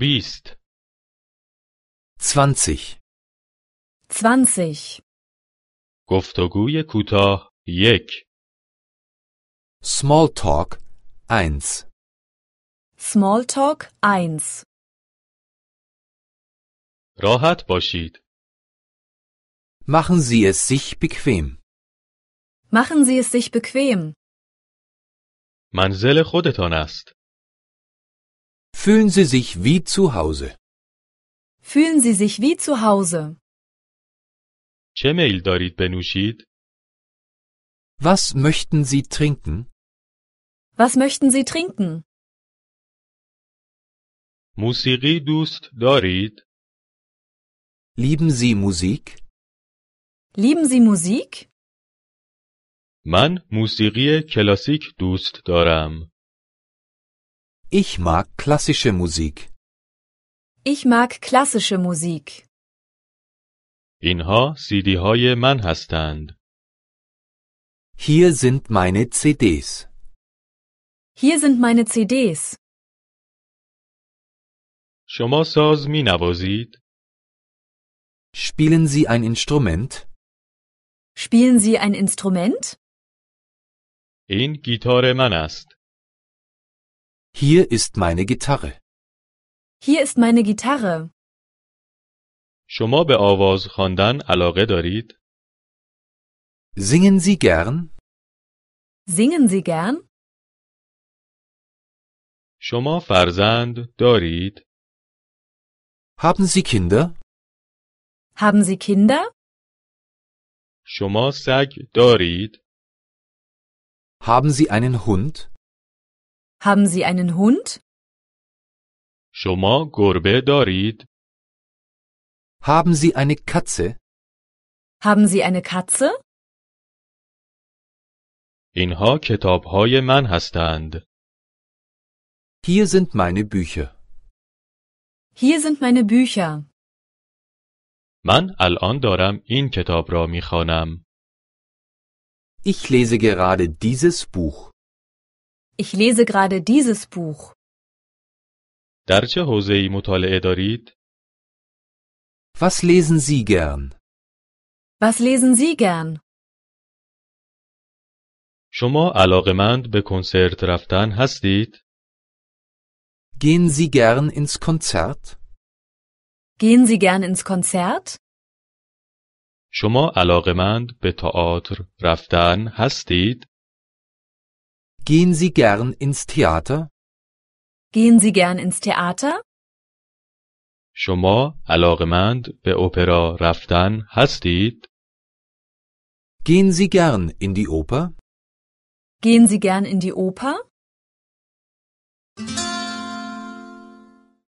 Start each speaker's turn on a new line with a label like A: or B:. A: Biest.
B: 20.
C: 20.
A: گفتگوی کوتاه یک
B: Smalltalk 1.
C: Smalltalk 1.
A: راحت باشید.
B: Machen Sie es sich bequem.
C: Machen Sie es sich bequem.
A: منزل خودتان است.
B: Fühlen Sie sich wie zu Hause.
C: Fühlen Sie sich wie zu Hause.
A: چه میل دارید بنوشید؟
B: Was möchten Sie trinken?
C: Was möchten Sie trinken?
A: موسیقی دوست دارید؟
B: Lieben Sie Musik?
C: Lieben Sie Musik?
A: من موسیقی کلاسیک دوست دارم.
B: Ich mag klassische Musik.
C: Ich mag klassische Musik.
A: اینها سیدی های من هستند.
B: Hier sind meine CDs.
C: Hier sind meine CDs.
A: شما ساز می نوازید؟
B: Spielen Sie ein Instrument?
C: Spielen Sie ein Instrument?
A: این گیتار من است.
B: Hier ist meine Gitarre.
C: Hier ist meine Gitarre.
A: شما به آواز خواندن علاقه دارید؟
B: Singen Sie gern?
C: Singen Sie gern?
A: شما فرزند دارید؟
B: Haben Sie Kinder?
C: Haben Sie Kinder?
A: شما سگ دارید؟
B: Haben Sie einen Hund?
C: Haben Sie einen Hund?
A: شما گربه دارید؟
B: Haben Sie eine Katze?
C: Haben Sie eine Katze?
A: اینها کتاب های من هستند.
B: Hier sind meine Bücher.
C: Hier sind meine Bücher.
A: من الان دارم این کتاب را می خوانم.
B: Ich lese gerade dieses Buch.
C: Ich lese gerade dieses Buch.
A: در چه حوزه‌ای مطالعه دارید؟
B: Was lesen Sie gern?
C: Was lesen Sie gern?
A: شما علاقمند به کنسرت رفتن هستید؟
B: Gehen Sie gern ins Konzert?
C: Gehen Sie gern ins Konzert?
A: شما علاقمند به تئاتر رفتن هستید؟
B: Gehen Sie gern ins Theater?
C: Gehen Sie gern ins Theater?
A: شما علاقمند به اپرا رفتن هستید؟
B: Gehen Sie gern in die Oper?
C: Gehen Sie gern in die Oper?